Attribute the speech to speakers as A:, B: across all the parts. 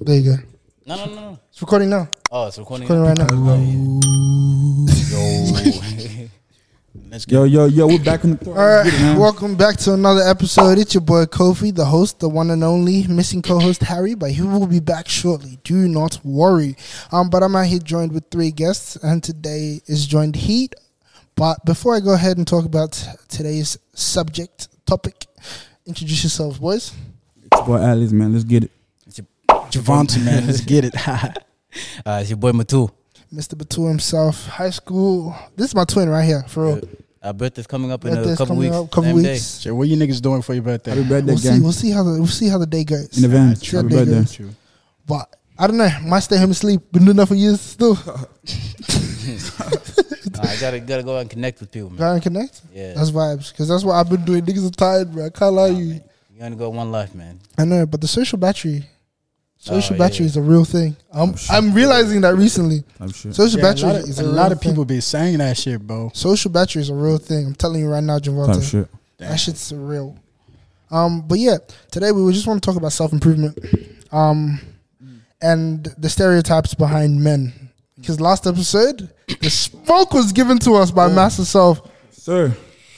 A: There you go.
B: No, no, no, no.
A: It's recording now.
B: Oh, it's recording.
A: Recording right now.
B: Yo. Let's go.
C: Yo, yo, yo, we're back in the
A: All right, welcome back to another episode. It's your boy Kofi, the host, the one and only missing co-host Harry, but he will be back shortly. Do not worry. Um, but I'm out here joined with three guests, and today is joined Heat. But before I go ahead and talk about today's subject topic, introduce yourselves, boys.
C: It's boy Alice, man. Let's get it.
B: It's your, Javante, man. Let's get it. uh, it's your boy Matu.
A: Mr. Batu himself, high school. This is my twin right here, for real.
B: Our Uh, birthday's coming up in
A: Birthday's
B: a couple
A: coming
B: weeks.
A: up, couple
B: Same
A: weeks.
D: Shit, what you niggas doing for your birthday?
C: Happy birthday,
A: We'll see.
C: gang.
A: We'll see how the we'll see how the day goes.
C: In advance.
A: True.
C: Happy
A: True.
C: birthday.
D: True.
A: But I don't know. Might stay home asleep. Been doing that for years still.
B: Day. Uh, I gotta gotta go out and connect with people, man.
A: Try and connect.
B: Yeah.
A: That's vibes. Because that's what I've been doing. Niggas are tired, bro. I can't lie
B: Nah,
A: to you.
B: man. You only got one life, man.
A: I know, but the social battery. Social
B: Oh,
A: battery
B: yeah.
A: is a real thing. I'm I'm realizing that recently.
C: Type shit.
A: Social
D: Oh, Yeah, a
A: battery
D: lot of,
A: is
D: a
A: real
D: lot of
A: thing.
D: people be saying that shit, bro.
A: Social battery is a real thing. I'm telling you right now,
C: Type
A: Javante.
C: shit.
A: That shit's real. Um, but yeah, today we would just want to talk about self improvement, um, and the stereotypes behind men. Because last episode, the smoke was given to us by Master Self.
C: Sir.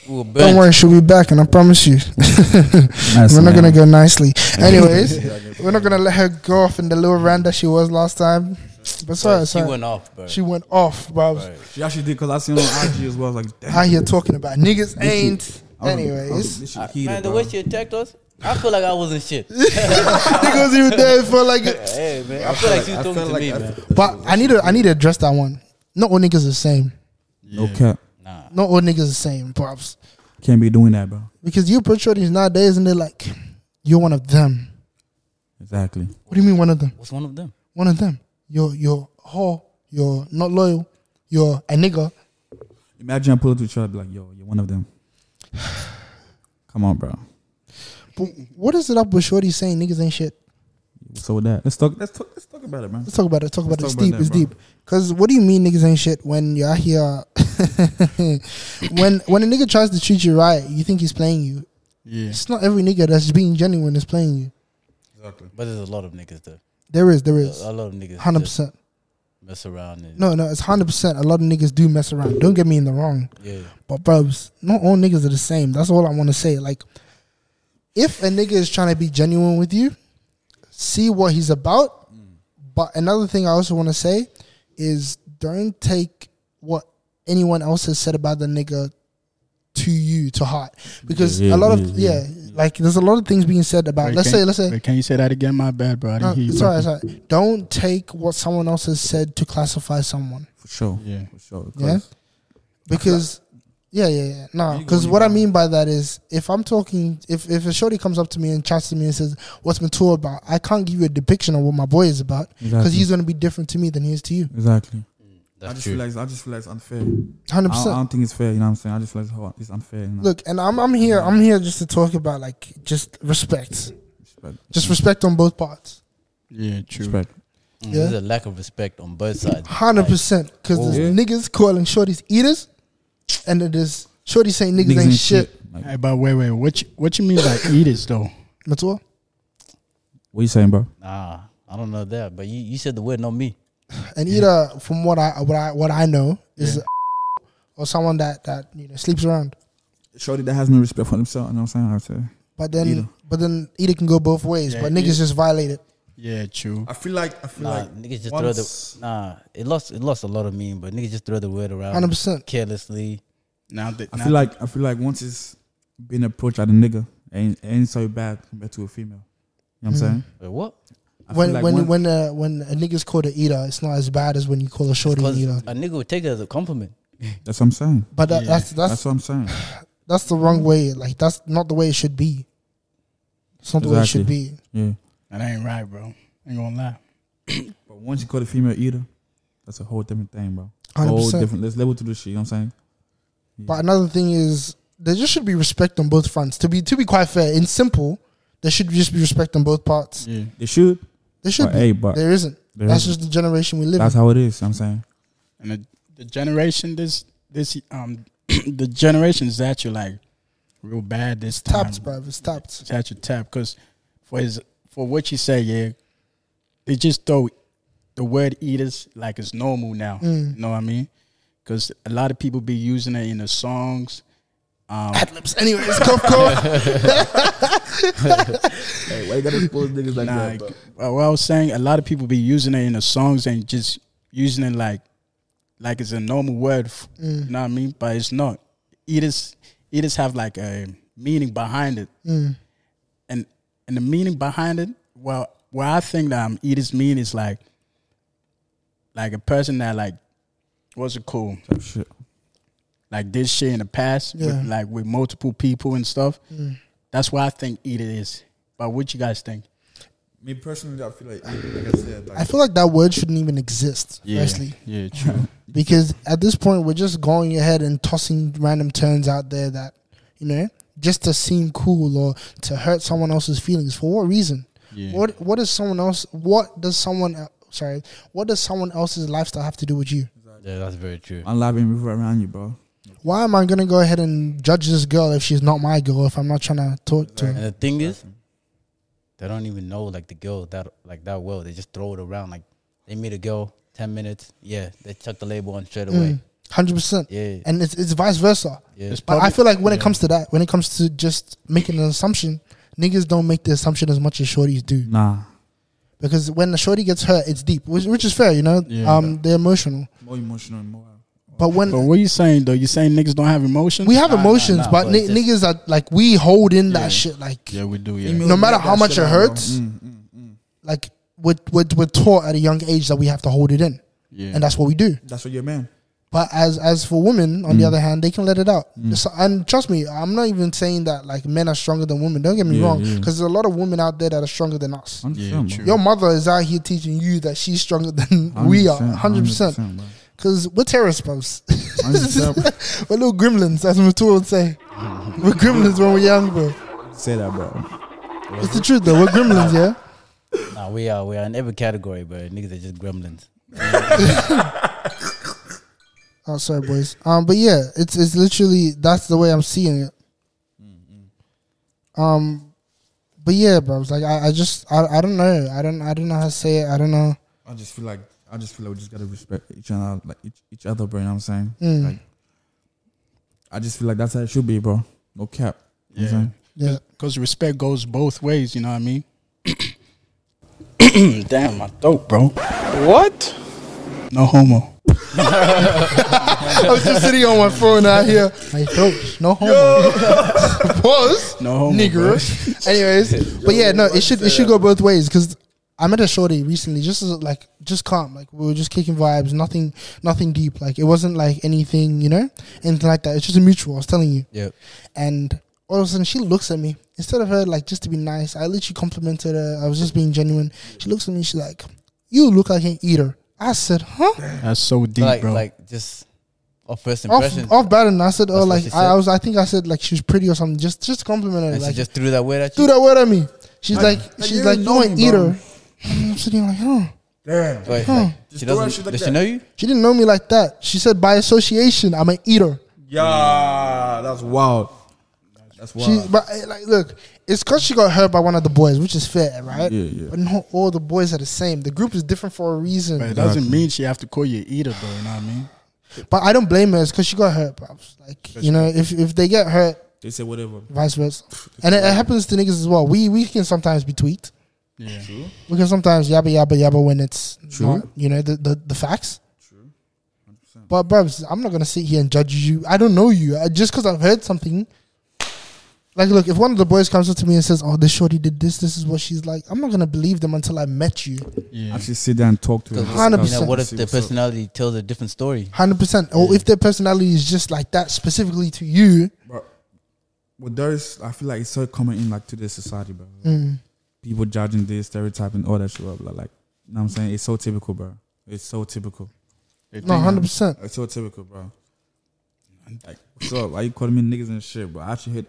B: We were
A: Don't
B: burnt.
A: worry, she'll be back, and I promise you, we're not gonna go nicely. Anyways, we're not gonna let her go off in the little rant that she was last time. But
B: Bro,
A: sorry,
B: she
A: sorry.
B: went off, bro.
A: she went off, bro.
B: Bro.
C: She actually did because I seen her on IG as well. I was like, damn.
A: Out here talking about niggas ain't.
C: I was- I was-
A: Anyways,
C: this shit
B: I-
C: heated,
B: man, the
C: bro.
B: way she attacked us, I feel like I wasn't shit.
A: niggas even there for like
B: hey, man, I feel like she was talking to me, man.
A: But I need to I need to address that one. Not all niggas the same.
C: No cap.
B: Nah,
A: Not all niggas the same, props.
C: Can't be doing that, bro.
A: Because you approach shorties nowadays and they're like, You're one of them.
C: Exactly.
A: What do you mean one of them?
B: what's one of them?
A: One of them. You're you're a whore, you're not loyal, you're a nigga.
C: Imagine I pull up to a child, be like, yo, you're one of them. Come on, bro.
A: But what is it up with shorties saying niggas ain't shit?
C: So with that, let's talk. Let's talk. Let's talk about it, man.
A: Let's talk about it. Talk about
C: Let's
A: it.
C: talk
A: It's
C: about
A: deep. It's
C: that,
A: deep. Because what do you mean niggas ain't shit when you're out here? when when a nigga tries to treat you right, you think he's playing you.
D: Yeah.
A: It's not every nigga that's being genuine is playing you.
B: But there's a lot of niggas though.
A: There is, there is,
B: A lot of niggas
A: hundred
B: just
A: percent.
B: mess around. And,
A: No, no, it's hundred percent. A lot of niggas do mess around. Don't get me in the wrong,
B: Yeah,
A: but bros, not all niggas are the same. That's all I want to say. Like, if a nigga is trying to be genuine with you, see what he's about. But another thing I also want to say is don't take what anyone else has said about the nigga to you to heart because
C: Yeah,
A: a lot of
C: yeah,
A: yeah, like there's a lot of things being said about.
D: Wait,
A: let's
D: can-
A: say, let's say.
D: wait, can you say that again? My bad, bro. I didn't
A: No,
D: hear you.
A: it's all right, it's all right. Don't take what someone else has said to classify someone
C: For sure.
D: Yeah.
C: For sure. 'cause-
A: Yeah? because, yeah, yeah, yeah. No,
C: You go,
A: because
C: you
A: what I
C: go.
A: mean by that is if I'm talking, if if a shorty comes up to me and chats to me and says, "What's Mature about?" I can't give you a depiction of what my boy is about because
C: Exactly.
A: he's going to be different to me than he is to you.
C: Exactly. I
B: Mm, that's
C: just
B: true.
C: realized. I just realized unfair. I,
A: Hundred
C: I
A: percent.
C: don't think it's fair. You know what I'm saying? I just realized how it's unfair. You know?
A: Look, and I'm I'm here I'm here just to talk about like just respect,
C: Respect.
A: just respect on both parts.
D: Yeah, true.
C: Respect.
A: Yeah.
B: Mm, There's a lack of respect on both sides.
A: Hundred percent, because
C: Whoa.
A: there's
C: Yeah.
A: niggas calling shorties eaters, and it is shorties saying niggas,
C: Niggas
A: ain't shit.
C: Like,
D: Hey, but wait, wait. What you, what you mean by eaters though?
A: Mature.
C: what you saying, bro?
B: Nah, I don't know that. But you, you said the word, not me.
A: and either from what I what I what I know is or someone that that you know sleeps around.
C: Shorty that has no respect for themselves. You know what I'm saying? I would say.
A: But then
C: Either.
A: but then either can go both ways.
D: Yeah,
A: but niggas
D: yeah.
A: just violate it.
D: Yeah, true.
C: I feel like I feel
B: Nah, niggas just throw the nah. It lost it lost a lot of meaning, but niggas just throw the word
C: Um,
B: around
A: Hundred percent.
B: carelessly.
D: Now that
C: I
D: now
C: feel like I feel like once it's been approached at a nigga, it ain't, it ain't so bad compared to a female. You know what I'm saying?
B: Wait, what?
C: I
A: Mm. When
C: feel like
A: when
C: once-
A: when uh, when a nigga's called an eater, it's not as bad as when you call a shorty an
B: Because
A: eater.
B: a nigga would take it as a compliment.
C: that's what I'm saying.
A: But that,
D: Yeah.
A: that's that's
C: That's what I'm saying.
A: that's the wrong way. Like that's not the way it should be. It's not the way it should be.
C: Yeah.
D: that ain't right, bro. Ain't gonna lie.
C: But once you call a female either, that's a whole different thing, bro.
A: Hundred
C: Whole
A: percent.
C: different. Let's level to this shit. You know what I'm saying?
A: But another thing is there just should be respect on both fronts. To be to be quite fair, in simple, there should just be respect on both parts.
D: Yeah.
C: They should.
A: There should
C: But
A: be.
C: hey, but
A: there isn't.
C: there
A: that's
C: isn't.
A: just the generation we live in.
C: that's how it is. You know what I'm saying.
D: And the, the generation this this um the generations that you like real bad this time.
A: tapped, bruv. It's tapped.
D: It's at your tap because for his for what you say, yeah, they just throw the word eaters like it's normal now. You know what I mean? Because a lot of people be using it in the songs. Um,
A: Ad libs. Anyways, cough, cough.
C: Hey, why you gotta expose niggas like
D: Nah,
C: that? bro?
D: uh, what I was saying, a lot of people be using it in the songs and just using it like, like it's a normal word. f- You know what I mean? But it's not. Eaters, eaters have like a meaning behind it,
A: Mm.
D: and and the meaning behind it. Well, what I think that um, eaters mean is like, like a person that like, what's it called?
C: Type shit.
D: Like this shit in the past,
A: Yeah. Mm.
D: with, like with multiple people and stuff. That's what I think eater is. But what you guys think?
C: Me personally, I feel like, like I said, like,
A: I feel like that word shouldn't even exist, firstly.
D: yeah, true.
A: Because at this point, we're just going ahead and tossing random turns out there that, you know, just to seem cool or to hurt someone else's feelings. For what reason?
D: Yeah.
A: What What is someone else? What does someone el- sorry? What does someone else's lifestyle have to do with you?
B: Yeah, that's very true.
C: I'm loving people around you, bro.
A: Why am I gonna go ahead and judge this girl if she's not my girl? If I'm not trying to talk to her?
B: And the thing is, they don't even know like the girl that like that well. They just throw it around. Like they meet a girl, ten minutes, yeah, they chuck the label on straight away.
A: Mm, Hundred percent.
B: Yeah.
A: And it's it's vice versa.
B: Yeah.
D: It's
A: But I
D: public-
A: feel like when it comes to that, when it comes to just making an assumption, niggas don't make the assumption as much as shorties do.
C: Nah.
A: Because when the shorty gets hurt, it's deep, which, which is fair, you know.
D: Yeah.
A: Um, they're emotional.
C: More emotional, more.
A: But when
D: But what are you saying though? You saying niggas don't have emotions?
A: we have emotions,
B: nah,
A: but,
B: but
A: ni-
B: it's just-
A: niggas are like we hold in that
D: Yeah.
A: shit. Like
D: yeah, we do. Yeah,
A: no matter how much it hurts,
C: Mm, mm, mm.
A: like we're, we're, we're taught at a young age that we have to hold it in,
D: yeah.
A: and that's what we do.
C: That's what you're man.
A: But as as for women, on the other hand, they can let it out. So- and trust me, I'm not even saying that like men are stronger than women. Don't get me
C: Yeah,
A: wrong,
C: yeah.
A: because there's a lot of women out there that are stronger than us.
C: 100%,
D: Yeah,
C: bro.
D: true.
A: Your mother is out here teaching you that she's stronger than we are, 100 percent.
C: bro.
A: Because we're terrorist bros.
C: 100%, bro.
A: we're little gremlins, as Matua would say. We're gremlins when we're young, bro.
C: Say that, bro.
A: It's the truth, though. We're gremlins, yeah.
B: Nah, we are we are in every category, but niggas are just gremlins.
A: Oh, sorry, boys. Um, but yeah, it's it's literally that's the way I'm seeing it. Um, but yeah, bro. It's like I, I just I, I don't know. I don't I don't know how to say it. I don't know.
C: I just feel like I just feel like we just gotta respect each other, like each, each other, bro. You know what I'm saying?
A: Mm.
C: Like, I just feel like that's how it should be, bro. No cap. You know what I'm
D: yeah.
C: saying?
A: Yeah,
D: Because respect goes both ways. You know what I mean? Damn, my throat, bro. What? No homo.
A: I was just sitting on my phone out here. My throat, no homo. Pause.
D: No
B: Oh
D: homo,
A: nigger. Anyways, but yeah, no, it should it should go both ways because I met a shorty recently, just as, like just calm, like we were just kicking vibes, nothing, nothing deep, like it wasn't like anything, you know, anything like that. It's just a mutual. I was telling you,
B: Yep.
A: and all of a sudden she looks at me instead of her like just to be nice. I literally complimented her. I was just being genuine. She looks at me. She's like, "You look like an eater." I said, "Huh."
D: That's so deep,
B: like
D: bro.
B: like just off first
A: off,
B: impressions.
A: off bad and I said, oh,
B: That's what
A: like
B: she
A: I, I
B: said.
A: was, I think I said like she was pretty or something. Just, just compliment her.
B: and
A: Like,
B: she just threw that word at
A: do
B: you.
A: that word at me. She's
C: Like-
A: like,
C: like, you
A: she's like,
C: don't
A: you ain't
C: know me, bro."
A: eater. And I'm sitting like, huh?
C: Damn.
B: Wait,
A: Huh.
B: like,
C: Just
B: she
C: throw that
B: doesn't.
C: shit like
B: does
C: that.
B: she know you?
A: She didn't know me like that. She said, by association, I'm an eater.
C: Yeah, that's wild. That's
A: She,
C: wild.
A: but eh, like, look, it's because she got hurt by one of the boys, which is fair, right?
C: Yeah, yeah.
A: But not all the boys are the same. The group is different for a reason.
D: but it doesn't mean she have to call you either, though. You know what I mean?
A: But I don't blame her. It's because she got hurt, bro. Like, you know, if if they get hurt,
C: they say whatever.
A: vice versa, and it, it happens to niggas as well. We we can sometimes be tweaked.
D: Yeah.
A: Because sometimes yabba yabba yabba when it's not, you know, the, the, the facts. But bruvs, I'm not gonna sit here and judge you. I don't know you. I, just because I've heard something. Like, look, if one of the boys comes up to me and says, "Oh, this shorty did this. This is what she's like," I'm not gonna believe them until I met you,
D: Yeah.
C: Actually, sit down and talk to
B: 'Cause,
C: her.
A: Hundred
B: You know,
A: percent.
B: what if
C: See
B: their
C: what's up.
B: personality tells a different story?
A: hundred percent. Or if their personality is just like that specifically to you,
C: But with those, I feel like it's so common in like today's society, bro.
A: mm,
C: People judging this, stereotyping, all that shit, blah, blah. Like, you know what I'm saying? It's so typical, bro. It's so typical.
D: They think
A: no,
D: I'm-
A: hundred percent.
C: It's so typical, bro. Like, what's up? Why you calling me niggas and shit, bro? I actually hate.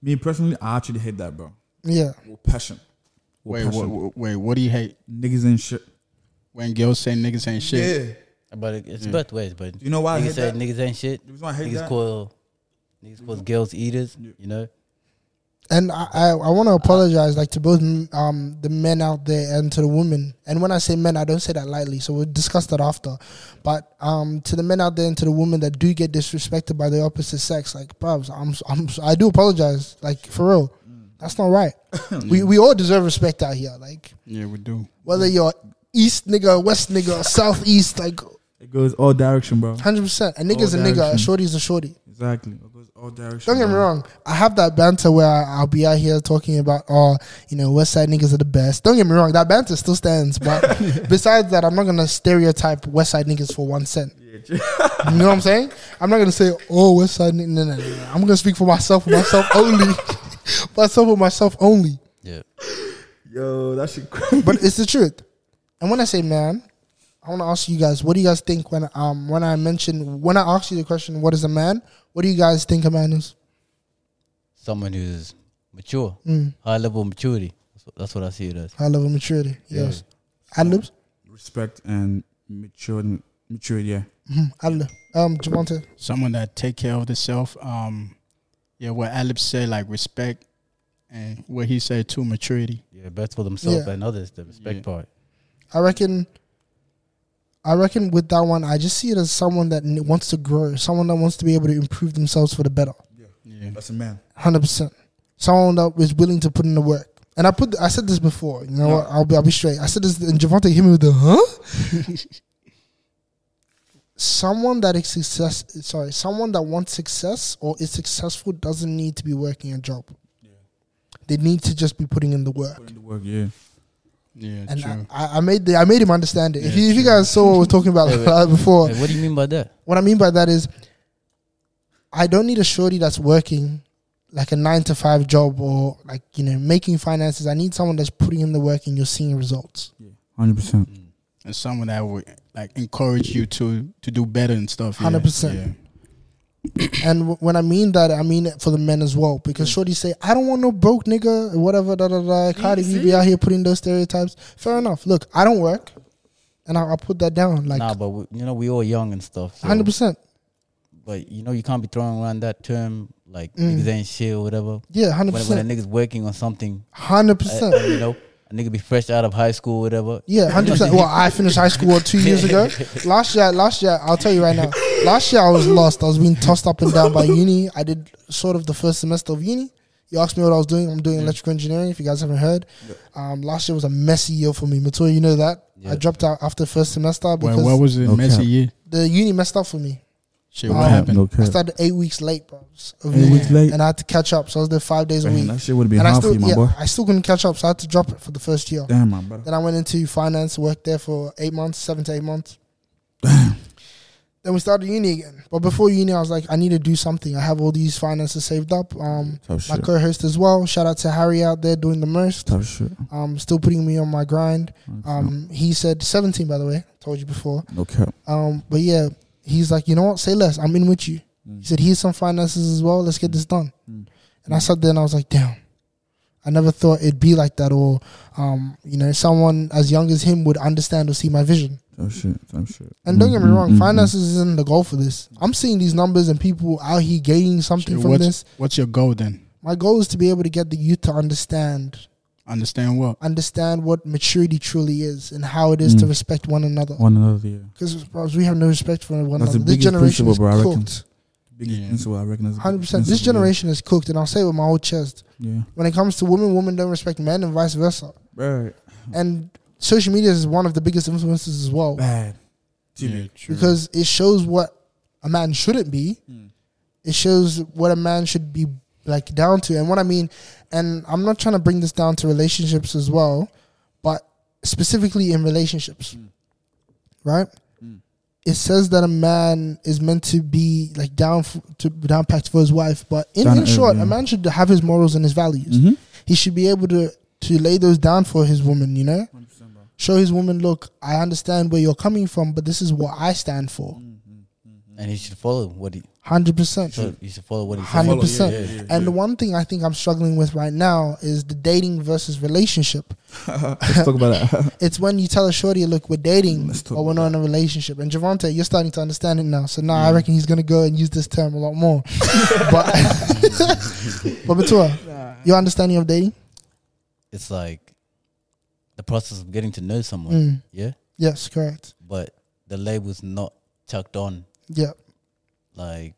C: Me personally, I actually hate that, bro.
A: Yeah,
C: With passion. With
D: Wait,
C: passion.
D: what, wait, what do you hate?
C: Niggas and shit.
D: When girls say niggas ain't shit.
C: Yeah.
B: But it, it's both ways. But
C: You know why I
B: niggas
C: hate
B: say
C: that?
B: niggas ain't shit.
C: The reason why I hate
B: niggas
C: that-
B: call niggas call girls eaters. You know,
A: and I, I, I want to apologize, like to both um the men out there and to the women. And when I say men, I don't say that lightly. So we'll discuss that after. But um to the men out there and to the women that do get disrespected by the opposite sex, like bubs, I'm I'm I do apologize, like for real. That's not right. we we all deserve respect out here, like
D: Yeah, we do.
A: whether you're east nigga, west nigga, southeast, like
C: It goes all direction, bro.
A: hundred percent. A nigga's a nigga, a
C: direction.
A: shorty's a shorty.
C: Exactly. It goes all direction.
A: Don't get me
C: bro.
A: wrong. I have that banter where I, I'll be out here talking about, oh, you know, West Side niggas are the best. Don't get me wrong. That banter still stands. But besides that, I'm not going to stereotype West Side niggas for one cent. you know what I'm saying? I'm not going to say, oh, West Side niggas. No, no, no, no. I'm going to speak for myself, for myself only. myself, for myself only.
B: Yeah.
C: Yo, that shit crazy.
A: But it's the truth. And when I say man, I want to ask you guys, what do you guys think when um when I mention when I ask you the question, what is a man? What do you guys think a man is?
B: Someone who's mature,
A: Mm.
B: high level of maturity. That's what, that's what I see it as.
A: High level maturity.
B: Yeah.
A: Yes. Ad libs.
C: Respect and maturity. Maturity, yeah.
A: Mm, Adler. Um, Javante.
D: Someone that take care of themselves. Um, yeah, what Alip said, like respect, and what he said too, maturity.
B: Yeah, best for themselves
A: Yeah.
B: and others. The respect
D: Yeah.
B: part.
A: I reckon. I reckon with that one, I just see it as someone that n- wants to grow, someone that wants to be able to improve themselves for the better.
D: Yeah,
C: That's a man.
A: Hundred percent. Someone that is willing to put in the work. And I put, I said this before. You know
D: No.
A: what? I'll be, I'll be straight. I said this, and Javante hit me with the huh? someone that is success, sorry, someone that wants success or is successful doesn't need to be working a job. They need to just be putting in the work.
C: Put in the work, yeah.
D: yeah,
A: And
D: true.
A: I, I I made the, I made him understand it. if,
D: Yeah,
A: you, if you guys saw what we were talking about
B: Wait, wait.
A: before,
B: Hey, what do you mean by that?
A: what I mean by that is, I don't need a shorty that's working like a nine to five job or like you know making finances. I need someone that's putting in the work and you're seeing results.
C: Hundred percent.
D: and someone that would like encourage you to to do better and stuff. yeah,
A: 100%. And w- when I mean that, I mean it for the men as well because shorty say I don't want no broke nigga or whatever da da da. Cardi B be out here putting those stereotypes. Fair enough. Look, I don't work, and I, I'll put that down like
B: nah, but we, you know we all young and stuff. so-
A: hundred percent.
B: But you know you can't be throwing around that term like
A: Mm.
B: niggas ain't shit or whatever.
A: Yeah, hundred
B: When, when a
A: percent,
B: nigga's working on something,
A: hundred
B: uh,
A: percent.
B: you know, a nigga be fresh out of high school or whatever.
A: Yeah, hundred percent. Well, I finished high school what, two years ago. Last year, last year, I'll tell you right now. Last year, I was lost. I was being tossed up and down by uni. I did sort of the first semester of uni. You asked me what I was doing. I'm doing electrical engineering. If you guys haven't heard, um, last year was a messy year for me. Matur, you know that. I
B: Yeah.
A: dropped out after first semester because
D: Well, what was it?
C: No
D: messy
C: cap.
D: year.
A: the uni messed up for me.
D: Shit,
A: No
D: what
A: cap,
D: happened?
C: No
A: I
C: cap.
A: started eight weeks late, bro, of
C: Eight
A: uni,
C: weeks late.
A: and I had to catch up. So I was there five days a
C: Damn,
A: week,
C: that shit would have been
A: and I
C: hard for
A: still,
C: you, my
A: yeah,
C: boy.
A: I still couldn't catch up. So I had to drop it for the first year.
C: Damn, my brother.
A: Then I went into finance, worked there for eight months, seven to eight months. then we started uni again. But before uni, I was like, I need to do something. I have all these finances saved up. Um,
C: Tough
A: my
C: shit.
A: co-host as well. Shout out to Harry out there doing the most.
C: Tough shit.
A: Um, still putting me on my grind. Um, he said 17, by the way. Told you before.
C: No cap.
A: Um, but yeah, he's like, you know what? Say less. I'm in with you. He said, here's some finances as well. Let's get this done.
C: Mm.
A: And I sat there and I was like, damn. I never thought it'd be like that, or um, you know, someone as young as him would understand or see my vision.
C: Tough shit. Tough shit.
A: And don't get me
C: Mhm,
A: wrong,
C: mhm.
A: finances isn't the goal for this. I'm seeing these numbers and people out here gaining something
D: Shit,
A: from
D: what's,
A: this.
D: what's your goal then?
A: My goal is to be able to get the youth to understand,
D: Understand what?
A: understand what maturity truly is and how it is to
C: Mm.
A: respect one another.
C: One another, yeah.
A: Because we have no respect for one
C: That's the
A: another. This
C: biggest
A: generation
C: principle,
A: is
C: bro. I reckon.
A: cooked.
C: Biggest
D: Yeah.
C: principle, I reckon. is the
A: Hundred
C: biggest
A: percent. This
C: principle, yeah.
A: generation is cooked, and I'll say it with my whole chest.
C: Yeah.
A: When it comes to women, women don't respect men, and vice versa.
C: Right.
A: And social media is one of the biggest influences as well,
C: Bad. Too
D: Yeah,
C: big.
D: true.
A: because it shows what a man shouldn't be.
C: Hmm.
A: It shows what a man should be like down to, and what I mean. And I'm not trying to bring this down to relationships as well, but specifically in relationships,
C: Hmm.
A: right? It says that a man is meant to be like down f- to down packed for his wife, but in,
C: Down
A: in
C: to
A: short,
C: earth,
A: a
C: yeah.
A: man should have his morals and his values
C: Mhm.
A: he should be able to to lay those down for his woman, you know? Show his woman, look, I understand where you're coming from, but this is what I stand for.
B: And he should follow what he
A: hundred percent.
B: So you should follow what he said.
A: Hundred percent.
C: Follow, yeah, yeah, yeah.
A: And the one thing I think I'm struggling with right now is the dating versus relationship.
C: Let's talk about that.
A: It's when you tell a shorty, "Look, we're dating,
C: Let's talk
A: or we're not in a relationship." And Javante, you're starting to understand it now. So now I
C: Mm.
A: reckon he's gonna go and use this term a lot more. but, but Batua, your understanding of dating?
B: It's like the process of getting to know someone.
A: Mm.
B: Yeah,
A: Yes, correct.
B: but the label's not chucked on.
A: Yeah,
B: Like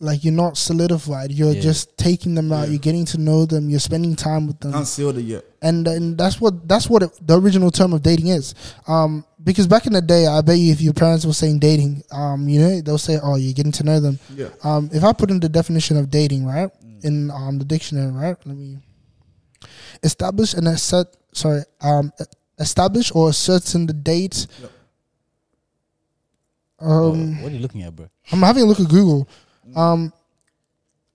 A: like you're not solidified. You're
B: Yeah.
A: just taking them out.
C: Yeah.
A: You're getting to know them. You're spending time with them.
C: Can't seal it yet.
A: and and that's what that's what it, the original term of dating is. Um, because back in the day, I bet you if your parents were saying dating, um, you know, they'll say, "Oh, you're getting to know them."
C: Yeah.
A: Um, if I put in the definition of dating, right, in um the dictionary, right, let me establish and assert. Sorry, um, e- establish or ascertain the date.
C: Yep.
A: Um,
B: what are you looking at, bro?
A: I'm having a look at Google. Um,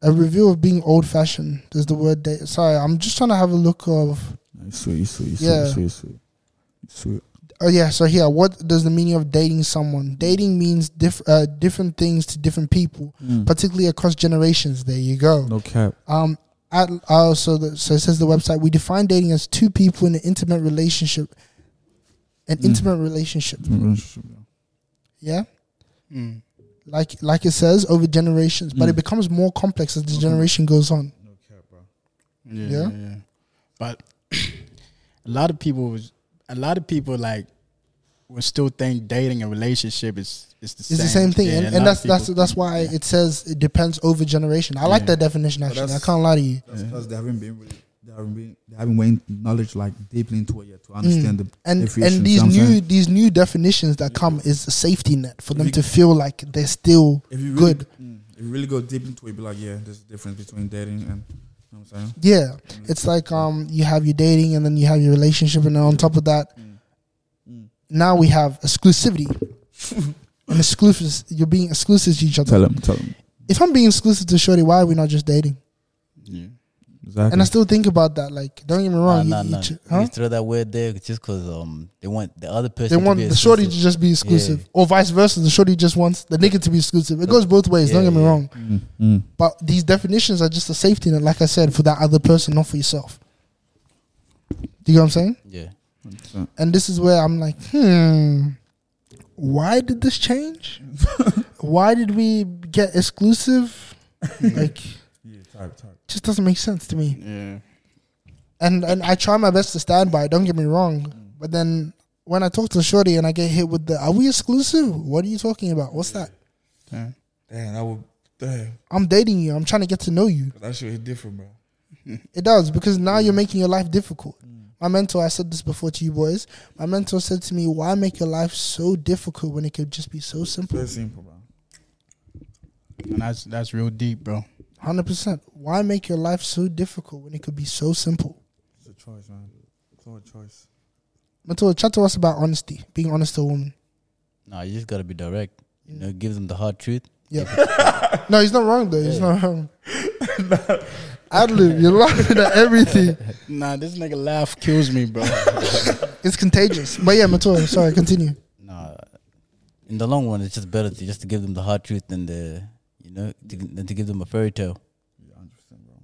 A: a review of being old-fashioned. There's the word date. Sorry, I'm just trying to have a look of.
C: You sweet, you sweet, you sweet,
A: Yeah.
C: you sweet, you sweet. You sweet.
A: Oh yeah, so here, what does the meaning of dating someone? Dating means diff- uh, different things to different people, particularly across generations. There you go.
C: Mm. No cap.
A: Um, at, uh, so the, so it says the website we define dating as two people in an intimate relationship, an intimate relationship.
C: Relationship, yeah.
A: Yeah,
D: Mm.
A: like like it says over generations, but it becomes more complex as the
D: Mm-hmm.
A: generation goes on.
D: Yeah,
A: Yeah?
D: yeah. yeah. But a lot of people, was, a lot of people like will still think dating and relationship is is the
A: It's
D: same.
A: the same thing,
D: Yeah,
A: and,
D: a
A: and
D: lot of
A: that's that's
D: people-
A: that's why it says it depends over generation. I like
D: Yeah.
A: that definition actually. I
C: that's-
A: can't lie to you.
C: That's because they haven't been really, they haven't been, they haven't went knowledge like deeply into it yet to understand the
A: Mm. and
C: definition,
A: and
C: you
A: these
C: know what
A: new
C: I'm saying?
A: these new definitions that come is a safety net for them
C: you-
A: to feel like they're still
C: if you really,
A: good.
C: mm, if you really go deep into it, be like, yeah, there's a difference between dating and, you know what I'm saying?
A: Yeah, it's like um you have your dating and then you have your relationship and then on top of that, now we have exclusivity. and exclusive, you're being exclusive to each other.
C: them, tell them.
A: If I'm being exclusive to Shorty, why are we not just dating?
D: Yeah.
C: Exactly.
A: And I still think about that. Like, don't get me
B: Nah,
A: wrong.
B: nah,
A: you- you
B: nah.
A: ch-
B: You
A: huh?
B: throw that word there just because um they want the other
A: They
B: person. to
A: want
B: be
A: the shorty to
B: exclusive.
A: just be exclusive, or vice versa. The shorty just wants the nigga to be exclusive. It goes both ways. don't
B: Yeah,
A: get me
B: yeah.
A: wrong.
C: Mm, mm.
A: But these definitions are just a safety net, like I said, for that other person, not for yourself. Do you get what I'm saying?
B: Yeah.
C: So,
A: And this is where I'm like, hmm, why did this change? why did we get exclusive? like,
C: yeah, type, type.
A: just doesn't make sense to me.
D: Yeah.
A: And and I try my best to stand by. it, Don't get me wrong, but then when I talk to Shorty and I get hit with the, are we exclusive? What are you talking about? What's that?
D: Yeah.
C: Damn, I would, damn,
A: I'm dating you. I'm trying to get to know you.
C: that shit is different, bro.
A: It does because now you're making your life difficult. My mentor, I said this before to you boys. My mentor said to me, "Why make your life so difficult when it could just be so simple?"
C: Very simple, bro.
D: And that's that's real deep, bro.
A: Hundred percent. Why make your life so difficult when it could be so simple?
C: It's a choice, man. It's all a choice.
A: Mentor, chat to us about honesty, being honest to a woman.
B: Nah, you just gotta be direct. You know, give them the hard truth.
A: Yeah. no, he's not wrong though. He's not wrong. Adlib, you're laughing at everything.
D: Nah, this nigga laugh kills me, bro.
A: It's contagious. But yeah, Mentor, sorry, continue.
B: Nah, in the long run, it's just better to just to give them the hard truth than the you know to, than to give them a fairy tale.
C: Yeah, 100%, bro.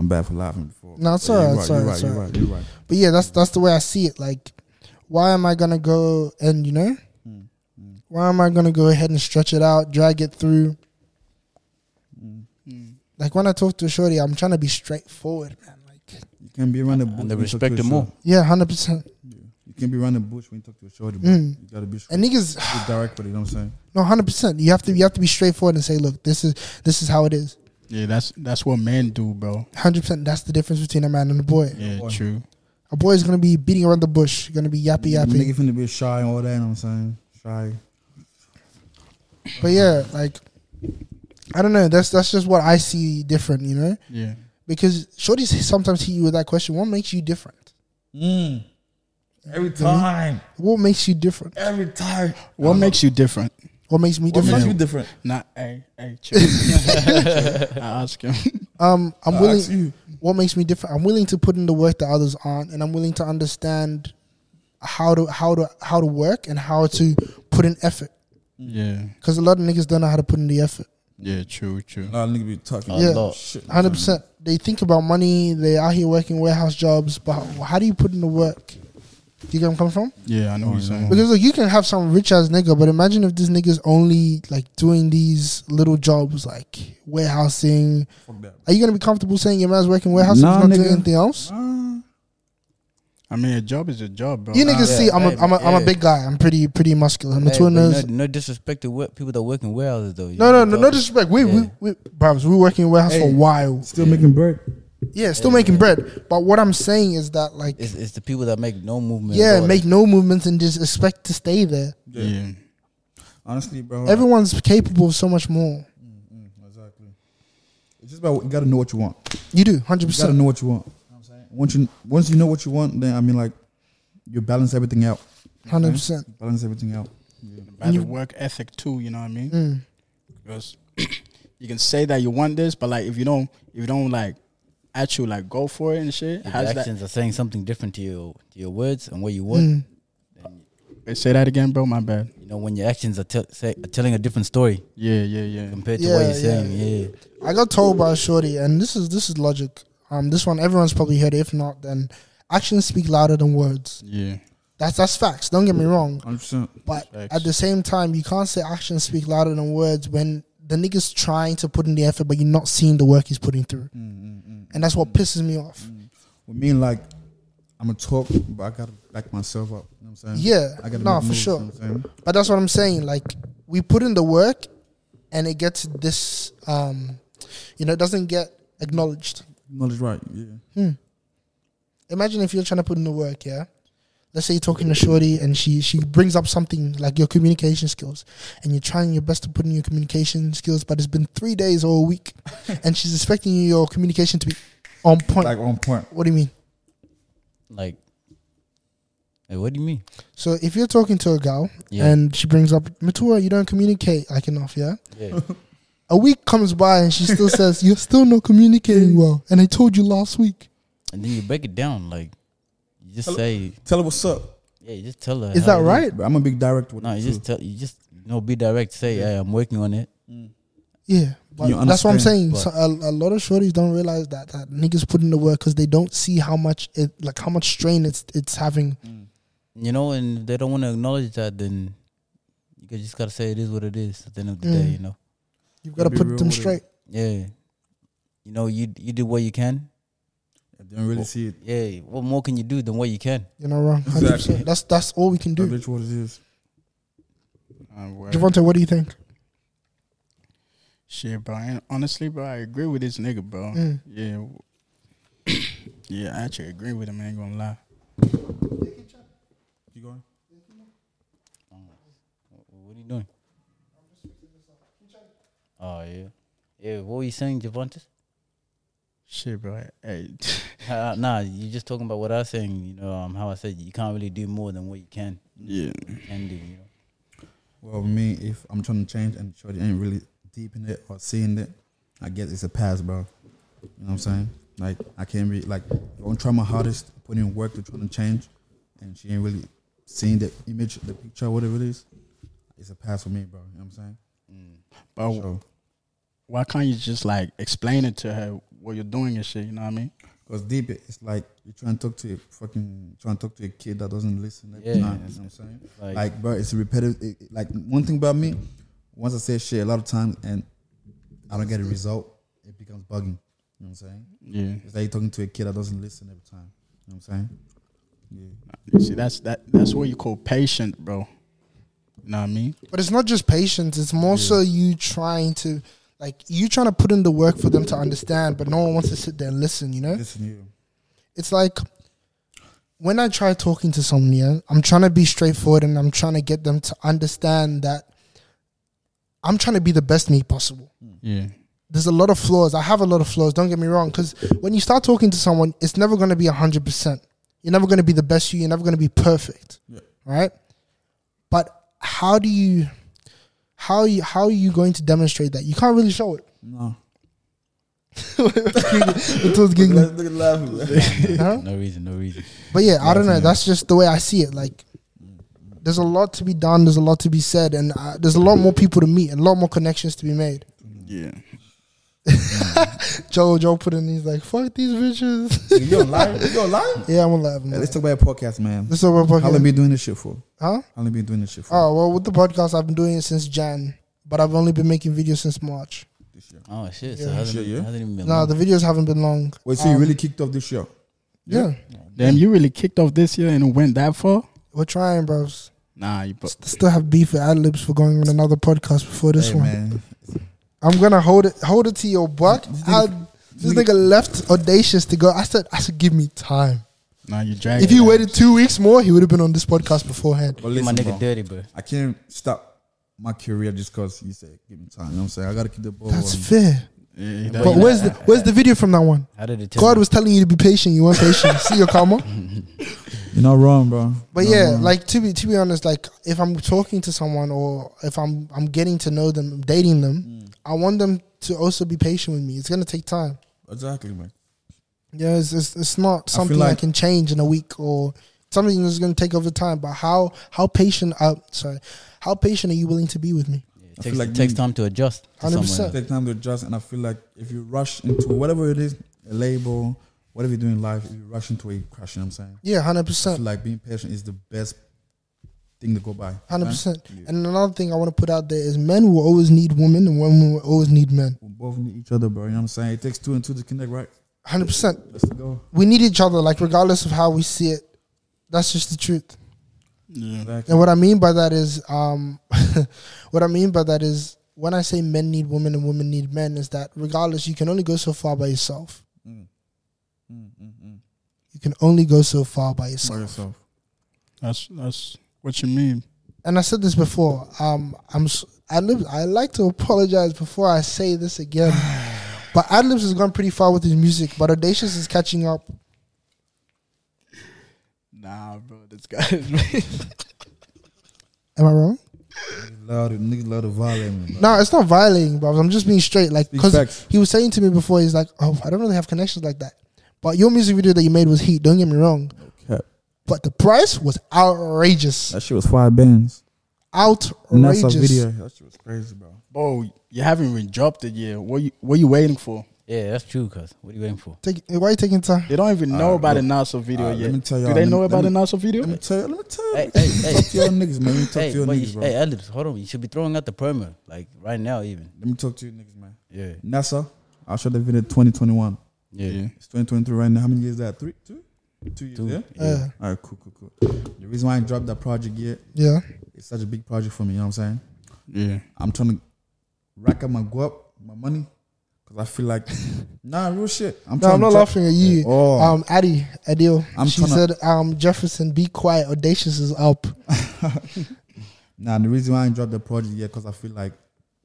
C: I'm bad for laughing before.
A: No, it's
C: Yeah,
A: alright,
C: you're
A: it's
C: right,
A: alright,
C: you're
A: it's
C: right, you're
A: alright.
C: right, you're right.
A: But yeah, that's that's the way I see it. Like, why am I gonna go and you know,
C: Mm,
A: why am I gonna go ahead and stretch it out, drag it through?
C: mm.
D: Mm.
A: Like when I talk to Shorty, I'm trying to be straightforward, man. Like,
C: You can be around the bush.
B: And they
C: when you talk
B: respect
C: to a
B: them more.
C: shorty.
A: yeah, hundred percent.
C: Yeah. You can be around the bush when you talk to a shorty, but
A: Mm.
C: you gotta be, straight,
A: And niggas,
C: be direct with it, you know what I'm saying?
A: no, hundred percent. You have to you have to be straightforward and say, look, this is this is how it is.
D: yeah, that's that's what men do, bro.
A: Hundred percent. That's the difference between a man and a boy.
D: Yeah,
C: Boy.
D: true.
A: A boy is gonna be beating around the bush, gonna be yappy yappy.
C: Nigga finna be shy and all that, you know what I'm saying? Shy.
A: But yeah, like, I don't know. That's that's just what I see different, you know.
D: Yeah.
A: because shorties sometimes hit you with that question what makes you different
C: Mm. Every time.
A: what makes you different
C: Every time.
D: What makes you different?
A: what makes me
C: What makes
A: different
C: you different?
D: Not hey, hey, chill. I ask him.
A: um i'm
C: I ask
A: willing
C: you.
A: what makes me different i'm willing to put in the work that others aren't and i'm willing to understand how to how to how to work and how to put in effort
D: Yeah.
A: because a lot of niggas don't know how to put in the effort
D: Yeah, true, true.
C: Nah, nigga be talking.
B: A
A: Yeah.
B: lot.
C: Shit.
A: Hundred percent. They think about money. They out here working warehouse jobs, but how, how do you put in the work? Do you get where I'm coming from?
C: Mm.
D: Yeah, I know what you're saying.
A: Because like you can have some rich ass nigga, but imagine if this nigga's only like doing these little jobs like warehousing.
C: Fuck that.
A: Are you gonna be comfortable saying your man's working warehouse
C: Nah,
A: if he's not doing
C: nigga.
A: anything else?
C: Ah,
D: I mean, a job is a job, bro.
A: You niggas
B: yeah,
A: see, I'm a,
B: hey,
A: I'm a, I'm a
B: yeah.
A: big guy. I'm pretty pretty muscular. I'm a
B: Hey, but no,
A: twiners.
B: no disrespect to work, people that work in warehouses though. you
A: No, no,
B: know,
A: no,
B: dog.
A: no disrespect. We,
B: Yeah.
A: we, we, Brabs, we working in warehouse for a
C: Hey.
A: while.
C: Still making bread.
A: Yeah, still making bread. But what I'm saying is that, like,
B: It's, it's the people that make no movement. at
A: yeah,
B: all.
A: make no movements and just expect to stay there.
D: Yeah. yeah.
C: Honestly, bro.
A: Everyone's capable of so much more.
C: Exactly. It's just about you gotta know what you want.
A: You do, 100%.
C: You gotta know what you want. Once you once you know what you want, then I mean like you balance everything out.
A: 100%.
C: Balance everything out.
D: By the work ethic too, you know what I mean?
A: Mm.
D: Because you can say that you want this, but like if you don't, if you don't like actually like go for it and shit,
B: Your
D: how's that?
B: actions are saying something different to your to your words and what you want.
A: Mm.
D: Wait, Say that again, bro. My bad.
B: You know when your actions are, tell say, are telling a different story
D: Yeah, yeah, yeah.
B: compared to what
A: Yeah,
B: you're
A: yeah,
B: saying. Yeah,
A: I got told by a shorty, and this is this is logic. Um, This one, everyone's probably heard it. If not, then actions speak louder than words.
D: Yeah,
A: That's, that's facts. Don't get me wrong.
C: Hundred percent.
A: But
D: Facts.
A: at the same time, you can't say actions speak louder than words when the nigga's trying to put in the effort, but you're not seeing the work he's putting through.
C: Mm,
A: And that's what pisses me off.
C: With me, like I'm gonna talk, but I gotta back myself up. You know what I'm saying?
A: Yeah,
C: mm. I gotta
A: nah,
C: make
A: for
C: moves, you
A: sure.
C: know what I'm saying?
A: But that's what I'm saying. Like we put in the work, and it gets this. Um, you know, it doesn't get acknowledged.
C: Knowledge right. Yeah.
A: Imagine if you're trying to put in the work, yeah. Let's say you're talking to Shorty and she she brings up something like your communication skills, and you're trying your best to put in your communication skills, but it's been three days or a week, and she's expecting your communication to be on point.
C: Like on point.
A: what do you mean?
B: like, hey, what do you mean?
A: So if you're talking to a gal
B: Yeah.
A: and she brings up Matura, you don't communicate like enough, yeah.
B: Yeah,
A: A week comes by and she still says, You're still not communicating well. And I told you last week.
B: and then you break it down. Like, you just
C: Hello?
B: say,
C: Tell her what's up.
B: yeah, you just tell her.
A: Is
B: how
A: that
B: it
A: right?
C: But I'm a big director with
B: No,
C: it
B: you
C: too.
B: just tell you just you know be direct. Say, hey, I'm working on it.
A: Yeah. But
C: You
A: that's what I'm saying.
C: understand,
A: So a, a lot of shorties don't realize that that niggas put in the work because they don't see how much it like how much strain it's it's having.
B: You know, and if they don't want to acknowledge that, then you could- just gotta say it is what it is. At the end of the day,
A: Mm.
B: you know.
A: You've got to
C: Gotta be
A: put
C: real
A: them
C: with it.
A: straight.
B: Yeah, you know, you you did what you can.
C: I didn't really see it.
B: Yeah, what more can you do than what you can?
A: You're not wrong. 100%.
C: Exactly.
A: That's that's all we can
C: Dude.
A: do.
C: what it is.
D: Uh, word.
A: Javante, what do you think?
D: Shit, bro. And honestly, bro, I agree with this nigga,
C: Uh,
D: bro.
A: Mm.
D: Yeah, yeah. I actually agree with him. I ain't gonna lie.
C: You going?
B: What are you doing? Oh yeah, yeah. What were you saying, Javantis?
D: Shit, bro. Hey,
B: Uh, nah, you just talking about what I was saying. You know, um, how I said you can't really do more than what you can
D: yeah.
B: can do. You know.
C: Well, me, if I'm trying to change and Shorty ain't really deep in it or seeing it, I guess it's a pass, bro. You know what I'm saying? Like, I can't be like, I'm gonna try my hardest, put in work to trying to change, and she ain't really seeing the image, the picture, whatever it is. It's a pass for me, bro. You know what I'm saying?
B: Mm.
D: But
C: So,
D: why can't you just like explain it to her what you're doing and shit? You know what I mean?
C: cause deep, it, it's like you trying to talk to a fucking, trying to talk to a kid that doesn't listen. Every
B: Yeah,
C: time, you
B: it's-
C: know what I'm saying?
B: Like,
C: like bro it's repetitive it, it- like one thing about me once i say shit a lot of times and i don't get a result it becomes bugging you know what i'm saying
D: Yeah.
C: it's like you're talking to a kid that doesn't listen every time you know what i'm saying yeah
D: You see, that's that. That's what you call patient, bro. You know what I mean?
A: But it's not just patience. It's more so you trying to like you trying to put in the work for them to understand, but no one wants to sit there and listen. You know.
C: listen to you
A: it's like when I try talking to someone, yeah, I'm trying to be straightforward and I'm trying to get them to understand that I'm trying to be the best me possible.
D: Yeah.
A: There's a lot of flaws. I have a lot of flaws, don't get me wrong, because when you start talking to someone, it's never going to be 100%. You're never going to be the best you, you're never going to be perfect.
C: Yeah.
A: Right? But how do you how you how are you going to demonstrate that? You can't really show it.
C: no
A: It was giggling. Huh?
B: no reason, no reason.
A: But yeah, I don't know. That's just the way I see it. Like, there's a lot to be done. There's a lot to be said, and uh, there's a lot more people to meet and a lot more connections to be made.
D: Yeah.
A: Joe Joe put in he's like, fuck these bitches.
C: you don't lie. You don't lie.
A: yeah, I'm gonna laugh. I'm
C: Hey,
A: gonna
C: let's
A: laugh.
C: talk about your podcast, man.
A: This is what we're
C: How long
A: fucking-
C: been doing this shit for?
A: Huh?
C: How long been doing this shit for?
A: Oh well with the podcast I've been doing it since Jan, but I've only been making videos since March.
C: This year.
B: Oh shit! So
A: Yeah.
B: it hasn't,
C: Shit, yeah.
B: it hasn't even been.
A: No,
B: long.
A: the videos haven't been long.
C: Wait, so you really kicked off this year?
A: Yeah.
D: Damn, you really kicked off this year and went that far?
A: We're trying, bros.
D: Nah, you but
A: Still have beef with Adlibs for going on another podcast before this
C: Hey,
A: one.
C: man.
A: I'm gonna hold it hold it to your butt. I, this nigga left audacious to go. I said I said give me time.
D: nah, you dragged.
A: If
D: it
A: you
D: out.
A: waited two weeks more, he would have been on this podcast beforehand.
C: But
B: Get my
C: listen,
B: nigga
C: bro,
B: dirty, bro.
C: I can't stop my career just because you said give me time. You know what I'm saying? I got to keep the ball.
A: That's
C: on.
A: fair.
D: Yeah, that-
A: But where's the where's the video from that one?
B: How did it? Tell
A: God
B: you?
A: was telling you to be patient. You weren't patient. See your karma.
C: You're not wrong, bro.
A: But
C: You're not
A: yeah,
C: wrong.
A: like to be to be honest, like if I'm talking to someone or if I'm I'm getting to know them, dating them, I want them to also be patient with me. It's gonna take time.
C: Exactly, man.
A: Yeah, it's it's, it's not
C: feel
A: something I
C: like-
A: can change in a week or something that's going to take over time. But how how patient? Uh, sorry, how patient are you willing to be with me?
B: Yeah,
C: I
B: it takes,
C: feel like
B: it takes
C: me-
B: time to adjust. to
A: 100%.
B: someone.
C: Take time to adjust, and I feel like if you rush into whatever it is, a label, whatever you do in life, if you rush into it, you crash. You know what I'm saying?
A: Yeah, hundred
C: I
A: percent,
C: feel like being patient is the best thing to go by.
A: hundred percent. And another thing I want to put out there is men will always need women, and women will always need men.
C: We both need each other, bro. You know what I'm saying? It takes two and two to connect, right?
A: Hundred percent.
C: Let's go.
A: We need each other, like regardless of how we see it. That's just the truth.
D: yeah.
C: Exactly.
A: And what I mean by that is, um, what I mean by that is, when I say men need women and women need men, is that regardless, you can only go so far by yourself.
C: Mm,
A: You can only go so far by
C: By
A: yourself.
C: yourself.
D: That's that's what you mean.
A: And I said this before. Um, I'm s- Adlibs. I like to apologize before I say this again, but Adlibs has gone pretty far with his music, but Audacious is catching up.
D: Nah, bro, this guy is.
A: Am I wrong?
C: Loud, nigga, loud of violent.
A: No, it's not violating, bro. I'm just being straight. Like,
C: Speak
A: because
C: facts.
A: he was saying to me before, he's like, "Oh, I don't really have connections like that." But your music video that you made was heat. Don't get me wrong,
C: Cap.
A: but the price was outrageous.
C: That shit was five bands. And that's
A: Outrageous.
C: a video. That shit was crazy, bro.
D: Bro, you haven't even dropped it yet. What you what you waiting for?
B: Yeah, that's true. Cause what are you waiting for?
A: Take, why are you taking time?
D: They don't even know
C: Alright,
D: about
C: look.
D: the Naso video
C: Alright,
D: yet.
C: let me tell
D: Do
C: y'all,
D: they
C: let me-
D: know about
C: let
D: the
C: me-
D: Naso video?
C: Let me tell you. Let me tell you.
B: Hey, hey,
C: Talk to your niggas, man. Let me talk
B: Hey,
C: to your
B: but you,
C: niggas,
B: sh-
C: bro.
B: hey, Ellipse, hold on. You should be throwing out the perma like right now, even.
C: Let me talk to you niggas, man.
B: Yeah,
C: NASA, I shot the video 2021.
B: yeah.
C: It's 2023 right now. How many years is that? Three, two, two years.
B: Two.
C: Yeah.
A: Yeah.
C: All right, cool, cool, cool. The reason why I ain't dropped that project yet,
A: Yeah.
C: it's such a big project for me. You know what I'm saying?
D: Yeah.
C: I'm trying to rack up my go up, my money, because I feel like, nah, real shit. I'm
A: No,
C: trying
A: I'm not
C: to drop-
A: laughing at you.
C: Oh.
A: Um, Addie, Adil.
C: I'm
A: she
C: tryna-
A: said, um, Jefferson, be quiet. Audacious is up.
C: Nah, the reason why I ain't dropped that project yet, because I feel like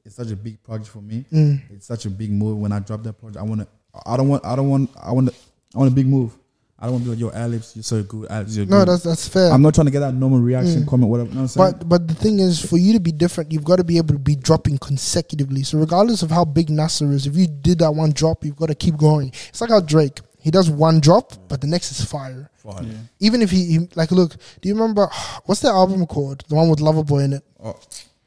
C: it's such a big project for me.
A: Mm.
C: It's such a big move. When I drop that project, I wanna, I don't want, I don't want, I want, I want a big move. I don't want to be like, yo, Alex, you're so good. Alex, you're
A: No,
C: good.
A: that's that's fair.
C: I'm not trying to get that normal reaction, comment, whatever. You know what I'm saying?
A: But but the thing is, for you to be different, you've got to be able to be dropping consecutively. So regardless of how big Nasser is, if you did that one drop, you've got to keep going. It's like how Drake he does one drop, but the next is fire.
C: Fuck.
A: Even if he, he- like, look, do you remember what's the album called? The one with Loverboy in it.
C: Oh,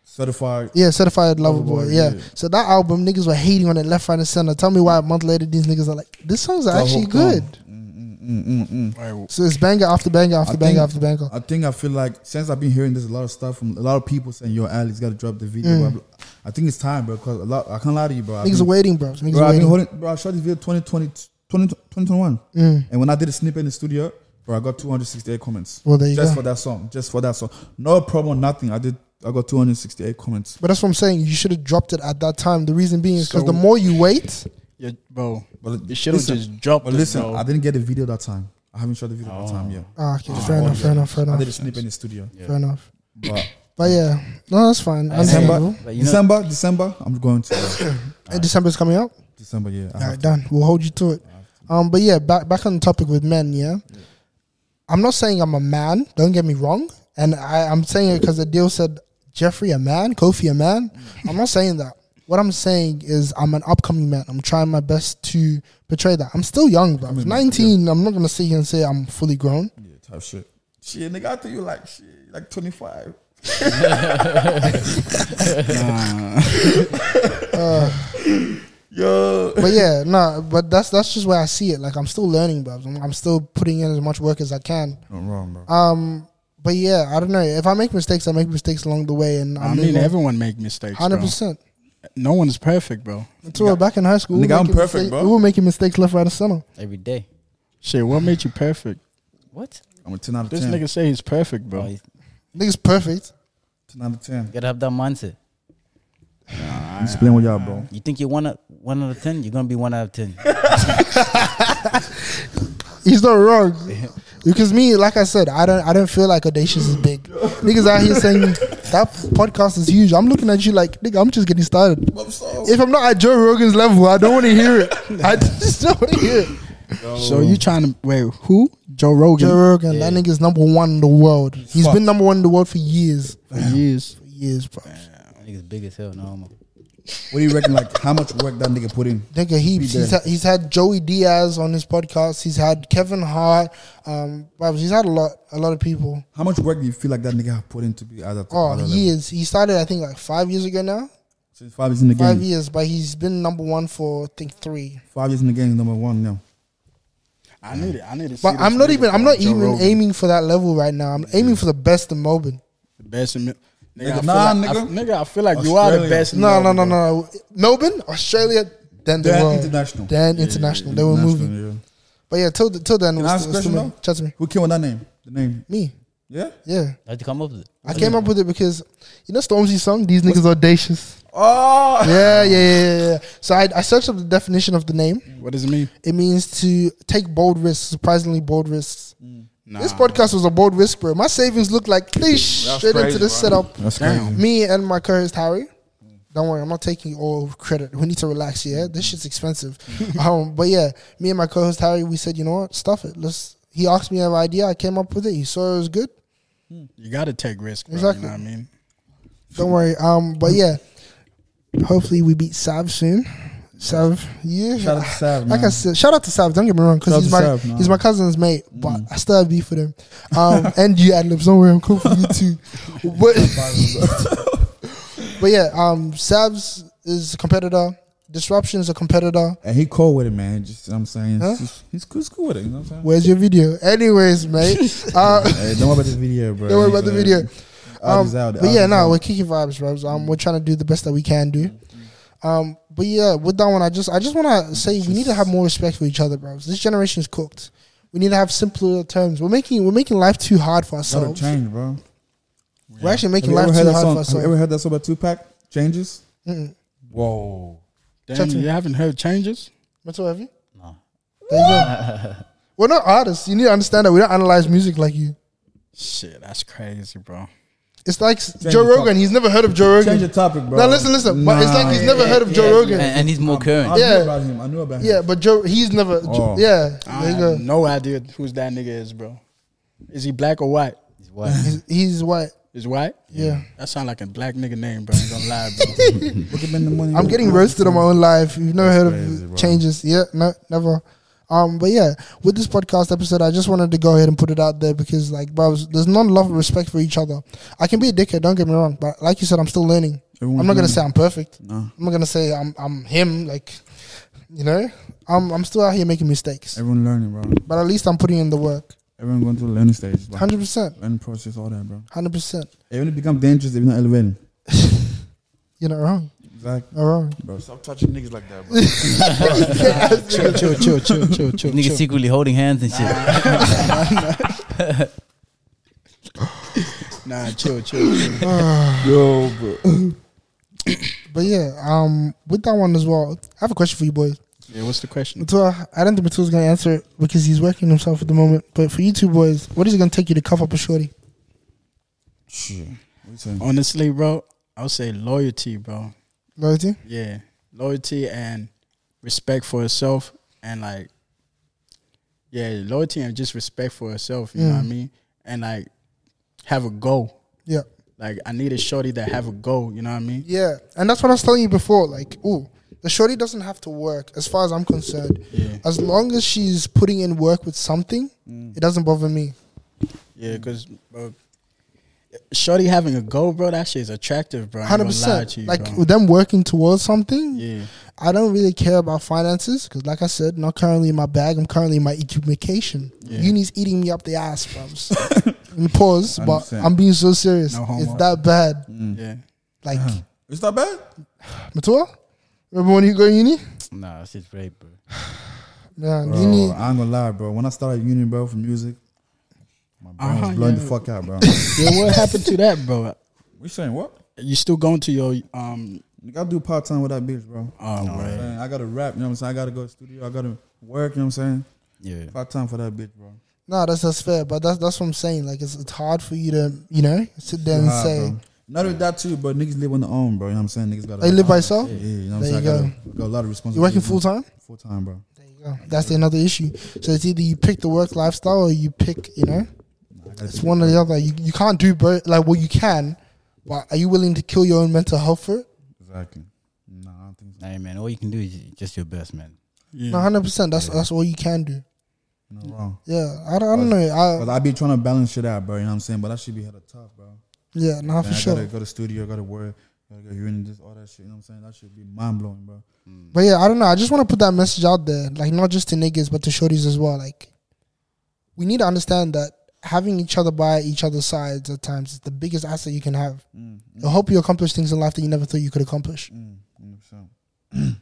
C: certified.
A: Yeah, Certified Loverboy.
C: Loverboy,
A: yeah.
C: yeah.
A: So that album, niggas were hating on it left, right, and center. Tell me why a month later these niggas are like, this song's
C: whole
A: actually
C: song.
A: good.
D: Alright,
A: So it's banger after banger after banger after banger.
C: I think I feel like since I've been hearing this a lot of stuff from a lot of people saying, "Yo, Alex, got to drop the video."
A: Mm.
C: blah, blah. I think it's time, bro. Cause a lot, I can't lie to you, bro. I've
A: Niggas are
C: been-
A: waiting, bro. Niggas
C: bro,
A: are
C: I've been
A: waiting.
C: holding, bro. I shot this video 2020, 20, 2021,
A: Mm.
C: and when I did a snippet in the studio, bro, I got 268 comments.
A: Well, there you
C: just
A: go.
C: for that song, just for that song. No problem, nothing. I did. I got 268 comments.
A: But that's what I'm saying. You should have dropped it at that time. The reason being is because
D: So-
A: the more you wait,
D: yeah, bro.
C: But
D: You should have
C: listen,
D: just dropped
C: But
D: it,
C: listen,
D: bro.
C: I didn't get a video that time. I haven't shot the video that time yet.
A: ah, okay, fair enough, fair enough, fair
C: I
A: enough,
C: did a snippet in the studio,
A: fair enough.
C: but
A: But yeah, no, that's fine.
C: December,
A: Understandable.
B: But you know-
C: December, December. I'm going to
A: And December's coming up.
C: December. Yeah, uh-huh. I
A: All
C: have
A: right, done. We'll hold you to it. Um, but yeah, back back on the topic with men. Yeah, I'm not saying I'm a man. Don't get me wrong. And I, I'm saying it because the deal said Jeffrey a man, Kofi a man. I'm not saying that. What I'm saying is I'm an upcoming man. I'm trying my best to portray that. I'm still young, bro. I'm 19. I'm not gonna sit here and say I'm fully grown.
C: Yeah, type shit. Shit, nigga, I thought you like shit, like 25.
D: Nah.
C: Yo.
A: but yeah, no, but that's that's just where I see it. Like I'm still learning, bro. I'm, I'm still putting in as much work as I can.
C: Not wrong, bro.
A: Um, but yeah, I don't know. If I make mistakes, I make mistakes along the way, and
D: I mean, everyone make mistakes. bro.
A: hundred percent.
D: No one is perfect, bro.
A: Until we're back in high school, we
C: Nigga, I'm
A: making
C: perfect,
A: mistakes-
C: bro.
A: We were making mistakes left, right, and center.
B: every day.
D: Shit, what made you perfect?
B: What?
C: I'm a 10 out of
D: This
C: 10.
D: nigga say he's perfect,
B: Bro,
D: bro.
B: you
A: Niggas perfect.
C: 10 out of 10.
B: gotta have that mindset.
C: I'm just playing with y'all, bro.
B: You think you're one out, one out of ten? You're gonna be one out of ten.
A: He's not wrong. Because me, like I said, I don't I don't feel like audacious is big. Niggas out here saying that podcast is huge. I'm looking at you like, nigga, I'm just getting started. If I'm not at Joe Rogan's level, I don't want to hear it. I just don't want to hear it.
D: So you trying to wait? Who? Joe Rogan.
A: Joe Rogan, that nigga's number one in the world. He's
C: Fuck.
A: been number one in the world for years.
D: For years.
A: For years, bro.
B: Niggas big as hell, no homo.
C: What do you reckon? Like, how much work that nigga put in?
A: Nigga, heaps. He's, ha- he's had Joey Diaz on his podcast. He's had Kevin Hart. Um, bruv, he's had a lot, a lot of people.
C: How much work do you feel like that nigga have put in to be at that?
A: Oh,
C: other level?
A: years. He started, I think, like five years ago now.
C: Since five years in the game.
A: Five
C: Five years,
A: years, but he's been number one for I think three.
C: in the game, number one now.
D: I need it. I need it.
A: But I'm not even. I'm not even aiming for that level right now. I'm aiming for the best in Melbourne.
D: The best in me-
C: Nigga,
D: nigga,
C: nah,
D: nah, nigga. I,
C: nigga.
D: f- nigga, I feel like you are the
C: Australia.
D: best. in
A: No,
D: the
A: no,
D: world,
A: no,
D: bro.
A: no. Melbourne, Australia, then the
C: Then
A: world,
C: international.
A: then international. They were
C: International,
A: moving.
C: yeah.
A: But yeah, till the- till then,
C: Can
A: we're
C: I ask
A: still-
C: a question,
A: still-
C: though?
A: chat to me.
C: Who came with that name? The name.
A: Me,
C: Yeah.
A: yeah.
B: I had to come up with it.
A: I came up with it because you know Stormzy's song. These niggas audacious.
C: Oh.
A: Yeah, yeah, yeah, yeah, yeah. So I, I searched up the definition of the name.
D: What does it mean?
A: It means to take bold risks, surprisingly bold risks.
D: Nah.
A: This podcast was a bold risk, bro. My savings look like this straight into
E: crazy,
A: this
E: bro.
A: setup.
C: That's
D: Damn.
C: crazy.
A: Me and my co-host Harry. Don't worry, I'm not taking all credit. We need to relax, yeah. This shit's expensive. um, but yeah, me and my co-host Harry, we said, you know what, stuff it. Let's. He asked me an idea. I came up with it. He saw it was good.
D: You got to take risks. Bro,
A: Exactly.
D: You know what I mean?
A: Don't worry. Um, but yeah, hopefully we beat Sav soon. Sav, yeah.
C: Shout out to Sav,
A: Like I
C: man.
A: said, shout out to Sav. Don't get me wrong,
C: Mm. Shout out
A: because he's
C: to
A: my
C: Sav, man. Mm.
A: he's my cousin's mate. But I still have beef with him. Um, and you Adlibs, don't worry, I'm cool for you too. But but yeah, um, Sav's is a competitor. Disruption is a competitor.
C: And he cool with it, man. Just you know what I'm saying,
A: Huh?
C: he's, he's cool, he's cool with it. You know what I'm saying?
A: Where's your video? Anyways, mate. Uh,
C: Hey, don't worry about the video, bro.
A: don't worry about the
C: He's, uh,
A: video.
C: out
A: Um,
C: is out,
A: but
C: out
A: yeah,
C: is
A: no,
C: out.
A: we're kicking vibes, bros. Um, we're trying to do the best that we can do. Um, but yeah, with that one, I just I just want to say we need to have more respect for each other, bros. This generation is cooked. We need to have simpler terms. We're making we're making life too hard for
C: Gotta
A: ourselves.
C: change, bro.
A: We're actually
C: Have
A: making
C: you ever
A: life
C: heard
A: too
C: that
A: hard for
C: song? Have you
A: ourselves.
C: ever heard that song about Tupac? Changes.
A: Mm-mm.
C: Whoa.
D: Damn,
A: Chat to
D: you
A: me.
D: haven't heard changes.
A: Mental have you?
B: No.
A: There you go. We're not artists. You need to understand that we don't analyze music like you.
D: Shit, that's crazy, bro.
A: It's like
C: the
A: Joe Rogan.
C: topic.
A: He's never heard of Joe Rogan.
C: Change the topic, bro.
A: No, listen, listen. But it's like he's never heard of Joe Rogan.
B: And, and he's more
C: I
B: current.
A: Yeah.
C: knew about him. I knew about him.
A: Yeah, but Joe, he's never.
C: Oh.
A: Yeah,
D: I
A: there you
D: have
A: go.
D: no idea who's that nigga is, bro. Is he black or white?
B: He's white.
A: He's, he's white.
D: Is white?
A: Yeah.
D: That sound like a black nigga name, bro. I ain't gonna lie, bro.
C: Look at the money.
A: I'm getting roasted on my own life. You've never heard
C: crazy,
A: of
C: bro.
A: changes. Yeah, no, never. Um, but yeah, with this podcast episode, I just wanted to go ahead and put it out there because, like, bro, there's not a lot of respect for each other. I can be a dickhead, don't get me wrong, but like you said, I'm still learning.
C: Everyone's
A: I'm not gonna
C: learning.
A: say I'm perfect.
C: No.
A: I'm not gonna say I'm I'm him. Like, you know, I'm I'm still out here making mistakes,
C: Everyone learning, bro.
A: but at least I'm putting in the work.
C: Everyone going through the learning stage. Bro.
A: Hundred percent,
C: Learning process, all that, bro.
A: hundred percent.
C: Even if it becomes dangerous if you're not elevating.
A: You're not wrong.
C: Exactly.
A: Not wrong.
E: Stop touching niggas like that, bro.
D: chill, chill, chill, chill, chill, chill.
B: Niggas
D: chill.
B: secretly holding hands and shit.
D: Nah, chill, chill, chill.
C: Yo, bro.
A: But yeah, um, with that one as well, I have a question for you boys.
D: Yeah, what's the question?
A: Matua, I don't think Matua's gonna answer it because he's working himself at the moment. But for you two boys, what is it gonna take you to cover up a shorty?
C: Shit. What you saying?
D: Honestly, bro, I would say loyalty, bro.
A: Loyalty?
D: Yeah, loyalty and respect for yourself, and like, yeah, loyalty and just respect for yourself. You know what I
A: Mm.
D: mean? And like, have a goal.
A: Yeah.
D: Like, I need a shorty that have a goal. You know what I mean?
A: Yeah. And that's what I was telling you before. Like, ooh, the shorty doesn't have to work, as far as I'm concerned.
D: Yeah, Mm.
A: As long as she's putting in work with something, it doesn't bother me.
D: yeah, because bro, Shorty having a goal, bro. That shit is attractive, bro. I ain't
A: Hundred
D: gonna lie
A: percent.
D: to you,
A: Like
D: bro.
A: with them working towards something.
D: yeah,
A: I don't really care about finances because, like I said, not currently in my bag. I'm currently in my education. Uni's eating me up the ass, bro. pause, but
C: 100%.
A: I'm being so serious.
D: No
A: it's
D: homo.
A: that bad.
C: Mm.
D: yeah.
A: Like,
C: Is that bad?
A: Matua, remember when you go uni?
B: Nah, shit's great, bro.
A: Yeah,
C: Bro,
A: uni.
C: I ain't gonna lie, bro. When I started uni, bro, for music, my brain
D: Uh-huh,
C: was blowing
D: yeah.
C: the fuck out, bro.
D: yeah. What happened to that, bro?
C: we saying what?
D: You still going to your um?
C: You gotta do part time with that bitch, bro.
D: Oh,
C: You know what I'm
D: right.
C: saying? I gotta rap, you know what I'm saying? I gotta go to studio, I gotta work, you know what I'm saying?
B: Yeah.
C: Part time for that bitch, bro.
A: No, that's that's fair, but that's that's what I'm saying. Like, it's it's hard for you to you know sit there and
C: Hard,
A: say
C: bro. Not with that too, but niggas live on their own, bro. You know what I'm saying? Niggas gotta
A: they live by yourself.
C: Yeah, you know what I'm
A: There
C: saying?
A: you
C: I gotta, got a lot of responsibility.
A: You're working full time.
C: Full time, bro.
A: There you go. That's the another issue. So it's either you pick the work lifestyle or you pick you know
C: I gotta
A: It's one or the other. You, you can't do both. Like, well, you can, but are you willing to kill your own mental health for it?
C: Exactly. No, I don't think so.
B: Nah, man, all you can do is just your best, man.
D: Yeah.
A: No, hundred percent. That's that's all you can do.
C: No wrong.
A: Yeah, I don't, I don't know.
C: Cause
A: I,
C: I be trying to balance shit out, bro. You know what I'm saying? But that should be hella tough, bro.
A: yeah, nah, for
C: Man, I
A: sure.
C: gotta go to studio, gotta work, gotta go urine, this, all that shit. You know what I'm saying? That should be mind blowing, bro.
A: But yeah, I don't know. I just want to put that message out there, like not just to niggas, but to shorties as well. Like, we need to understand that having each other by each other's sides at times is the biggest asset you can have. I hope you accomplish things in life that you never thought you could accomplish.
C: Mm, you know what I'm saying?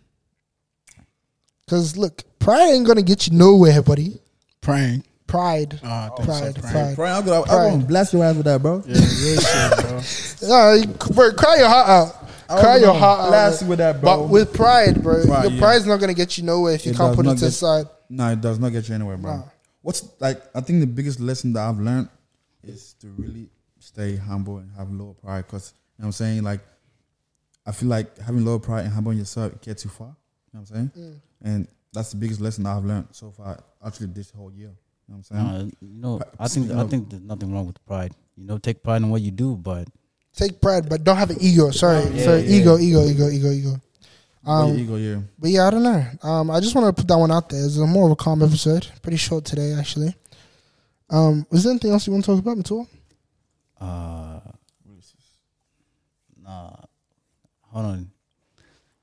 A: Because look, pride ain't gonna get you nowhere, buddy.
D: Praying.
A: Pride,
D: Uh,
A: pride,
C: Hey,
A: pride.
C: Brian, I'm gonna,
A: Pride.
C: I'm gonna blast your ass with that, bro.
D: Yeah, real shit, bro.
A: Yeah, you- bro, cry your heart out.
C: I
A: Cry
C: was
A: your
C: gonna
A: heart out.
C: blast
A: bro.
C: you with that, bro.
A: But with pride, bro.
C: Pride,
A: your
C: yeah.
A: pride's not gonna get you nowhere if you
C: It
A: can't
C: does
A: put
C: not
A: it to the
C: get-
A: side.
C: No, it does not get you anywhere, bro.
A: Nah.
C: What's like? I think the biggest lesson that I've learned is to really stay humble and have low pride. Cause you know what I'm saying, like, I feel like having low pride and humbling yourself gets you far. You know what I'm saying?
A: Mm.
C: And that's the biggest lesson that I've learned so far, actually, this whole year. You know what I'm saying?
B: Nah, you know,
C: But
B: I think
C: speaking
B: I
C: of-
B: think there's nothing wrong with pride. You know, take pride in what you do, but
A: Take pride, but don't have an ego. Sorry,
B: Yeah,
A: sorry.
B: yeah.
A: Ego, ego, ego, ego, ego. Um,
C: Your ego, yeah.
A: But yeah, I don't know. Um, I just want to put that one out there. It's a more of a calm episode. Pretty short today, actually. Um, was there anything else you want to talk about, Matua?
B: uh, nah. Hold on.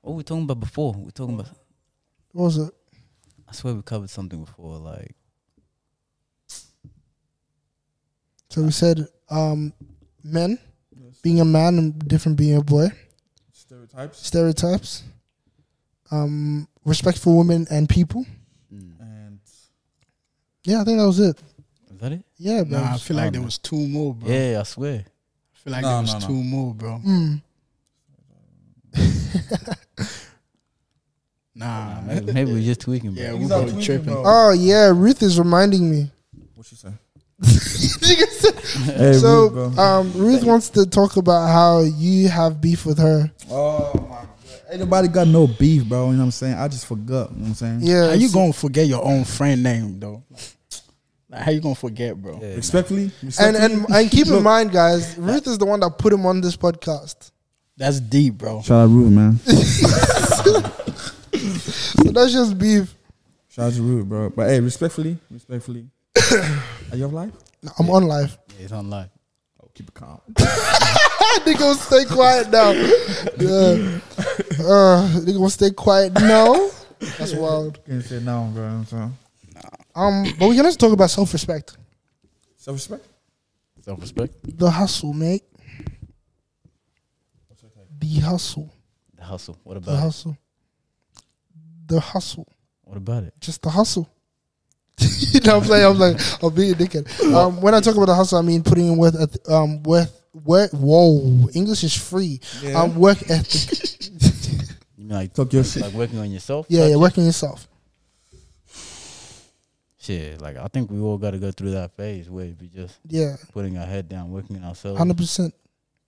B: What were we talking about before? We We're talking about.
A: What was it?
B: I swear we covered something before, like
A: So we said, um, men being a man and different being a boy,
C: Stereotypes
A: stereotypes, um, respect for women and people.
B: mm,
C: and
A: Yeah, I think that was it.
B: is that it?
A: Yeah, bro.
D: Nah, I feel like there was two more, bro.
B: Yeah, I swear.
D: I feel like
C: No,
D: there was
C: no, no.
D: two more, bro.
A: Mm.
D: Nah,
B: Maybe, maybe we're just tweaking, bro.
D: yeah,
C: Things
D: we
C: are
D: probably
C: tweaking,
D: tripping.
C: bro.
A: Oh yeah, Ruth is reminding me.
C: what you say?
A: so
C: bro.
A: um, Ruth wants to talk about how you have beef with her.
C: Oh my god. Anybody got no beef, bro? You know what I'm saying? I just forgot. You know what I'm saying?
A: Yeah,
D: How you
A: so-
D: gonna forget your own friend name though? Like, how you gonna forget, bro?
B: Yeah,
C: Respectfully,
A: And and and keep in
C: Look.
A: mind, guys, Ruth is the one that put him on this podcast.
D: That's deep, bro.
C: shout out Rude, man.
A: So that's just beef.
C: shout out to Rude, bro. But hey, respectfully, respectfully, are you alive?
A: No, I'm on live.
B: nah, it's on live.
C: Oh, keep it calm.
A: Ah, nigga, gonna stay quiet now. Yeah. Uh, nigga, gonna stay quiet now. That's wild.
C: Can't say no, bro. You know what I'm saying
A: Um, but we can also talk about self-respect,
C: self-respect.
B: Self respect.
A: the hustle, mate. The hustle,
B: The hustle. What
A: the
B: about it?
A: hustle, the hustle.
B: What about it?
A: just the hustle. you know, what I'm saying, I'm like, I'm being a dickhead. Um, when I talk about the hustle, I mean putting in work, eth- um, work, work. Whoa, English is free. Um, work ethic.
B: You mean like
C: Talk your shit.
B: like working on yourself?
A: yeah, yeah, working yourself.
B: Shit, like I think we all gotta go through that phase where we just
A: Yeah,
B: putting our head down, working on ourselves.
A: hundred percent.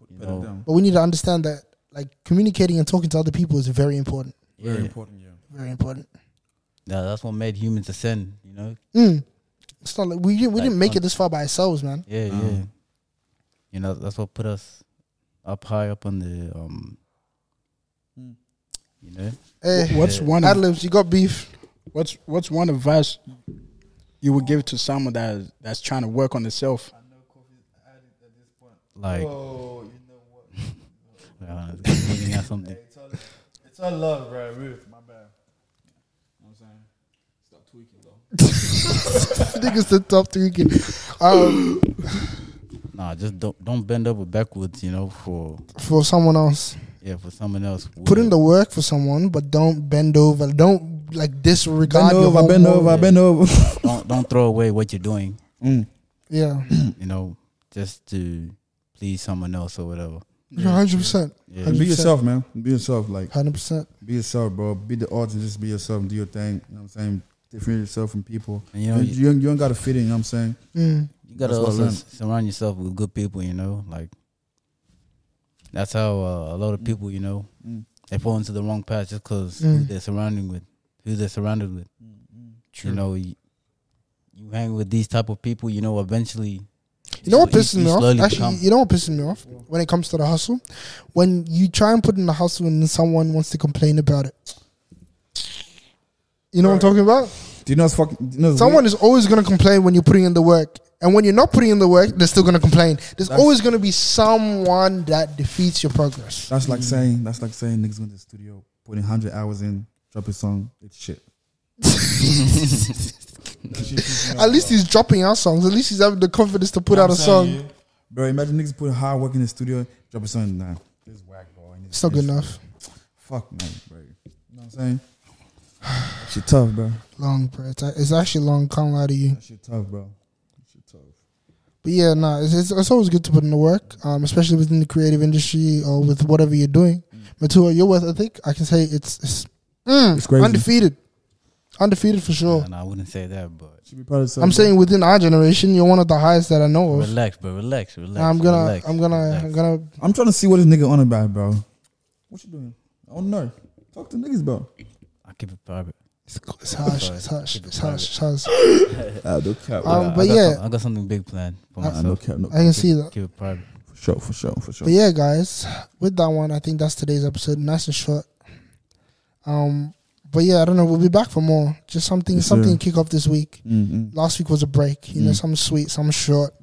B: You
C: Put it
B: know,
C: down.
A: But we need to understand that, like, communicating and talking to other people is very important.
B: yeah,
C: Very important, yeah.
A: Very important.
B: Nah, that's what made humans ascend. You know,
A: Mm. It's not like we didn't, we
B: Like,
A: didn't make
B: um,
A: it this far by ourselves, man.
B: yeah,
C: Uh-huh.
B: yeah.
C: Um,
B: You know, that's what put us up high up on the um.
C: Hmm.
B: You know,
A: Hey,
D: What's
B: Yeah.
D: one of
A: Adlibs, Eh. you got beef?
D: what's what's one advice you would give to someone that that's trying to work on themselves?
B: Like,
F: Oh, you know what?
B: uh, meaning or something.
F: Hey, it's, all, it's all love, bro. Ruth, my bad.
C: know what I'm saying? Stop tweaking, though.
A: Niggas the top three kid. Um,
B: Nah, just don't don't bend over backwards, you know, for
A: for someone else,
B: yeah, for someone else.
A: put in the work for someone, but don't bend over. Don't like disregard.
C: Bend
A: your
C: over,
A: own
C: bend
A: work.
C: over, bend over.
B: don't don't throw away what you're doing,
C: Mm.
A: Yeah,
B: you know, just to please someone else or whatever.
A: hundred percent,
B: Yeah.
A: Hundred
C: Be yourself, man. Be yourself. Like,
A: hundred percent.
C: be yourself, bro. Be the odds and just be yourself and do your thing. You know what I'm saying? Differentiate yourself from people.
B: And, you
C: You,
B: know, you,
C: you, you don't got to fit in, you know what I'm saying?
A: Mm.
B: you gotta
C: That's what I
B: also
C: learned.
B: s- surround yourself with good people, you know, like that's how uh, a lot of people, you know,
C: Mm.
B: they fall into the wrong path just because who
A: Mm.
B: they're surrounding with, who they're surrounded with.
C: Mm-hmm.
B: You know, you, you hang with these type of people, you know, eventually.
A: You know what
B: sl-
A: pisses me off?
B: slowly
A: Actually,
B: become-
A: you know what pisses me off when it comes to the hustle, when you try and put in the hustle and then someone wants to complain about it. You know what I'm talking about?
C: Do you know what's fucking. Do you know what's
A: Someone is always going to complain when you're putting in the work. And when you're not putting in the work, they're still going to complain. There's
C: That's-
A: always going to be someone that defeats your progress.
C: That's like saying that's like saying niggas going to the studio, putting hundred hours in, drop a song, it's shit.
A: At least he's dropping out songs. At least he's having the confidence to put out a song.
C: Bro, imagine niggas putting hard work in the studio, drop a song, nah, it's whack, bro. and
A: It's not good enough.
C: Fuck man, bro. You know what I'm saying? That shit tough, bro.
A: Long, bro. It's, it's actually long. Can't lie to you.
C: That shit tough, bro. That shit tough.
A: But yeah, nah, it's, it's, it's always good to put in the work, um, especially within the creative industry or with whatever you're doing.
B: Mm.
A: Matua, your worth, I think I can say it's it's, mm,
C: It's crazy.
A: undefeated, undefeated for sure.
B: And I wouldn't say that, but
C: Should be proud of yourself.
A: I'm
C: bro.
A: saying within our generation, you're one of the highest that I know of.
B: relax, bro, relax, relax.
A: Nah, I'm gonna,
B: relax,
A: I'm gonna,
B: relax.
A: I'm gonna.
C: I'm trying to see what this nigga on about, bro. What you doing? I don't know. Talk to niggas, bro.
B: I keep it private.
A: It's, it's harsh, it's harsh, it's harsh, it's harsh.
C: Ah, no
A: Um,
C: cap.
B: I- I
A: but
B: got
A: yeah.
B: some- I got something big planned for
C: Ah, no
B: myself.
C: cap. No
A: I can see that.
B: Keep it private.
C: For sure, for sure, for sure.
A: But yeah, guys, with that one, I think that's today's episode. Nice and short. Um, but yeah, I don't know. We'll be back for more. Just something,
C: Yes, sir.
A: something to kick off this week.
C: Mm-mm.
A: last week was a break. You know,
C: Mm.
A: some sweet, some short.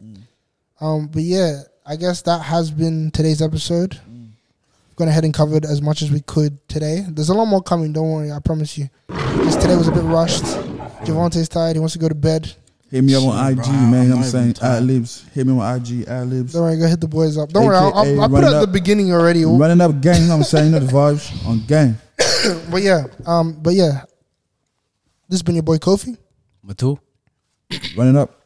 A: Um, but yeah, I guess that has been today's episode.
C: Mm.
A: Gone ahead and covered as much as we could today. There's a lot more coming. Don't worry, I promise you. Just today was a bit rushed. Javante's tired. He wants to go to bed.
C: Hit me up on
D: Shit,
C: IG,
D: bro,
C: man.
D: I'm
C: I'm
D: not
C: saying
D: even tired.
C: ad libs. Hit me on IG, ad libs.
A: Don't worry, go hit the boys up. Don't worry, I'll, I'll,
C: AKA
A: I'll put it at
C: running
A: the
C: up.
A: beginning already.
C: Running up gang, you know what I'm saying? You know the vibes on gang.
A: But yeah, um, but yeah, this has been your boy Kofi.
B: Matu?
C: Running up.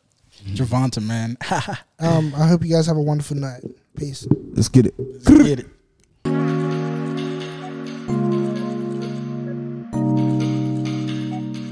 D: Javante, man.
A: Um, I hope you guys have a wonderful night. Peace.
C: Let's get it.
D: Get it.
F: Hey,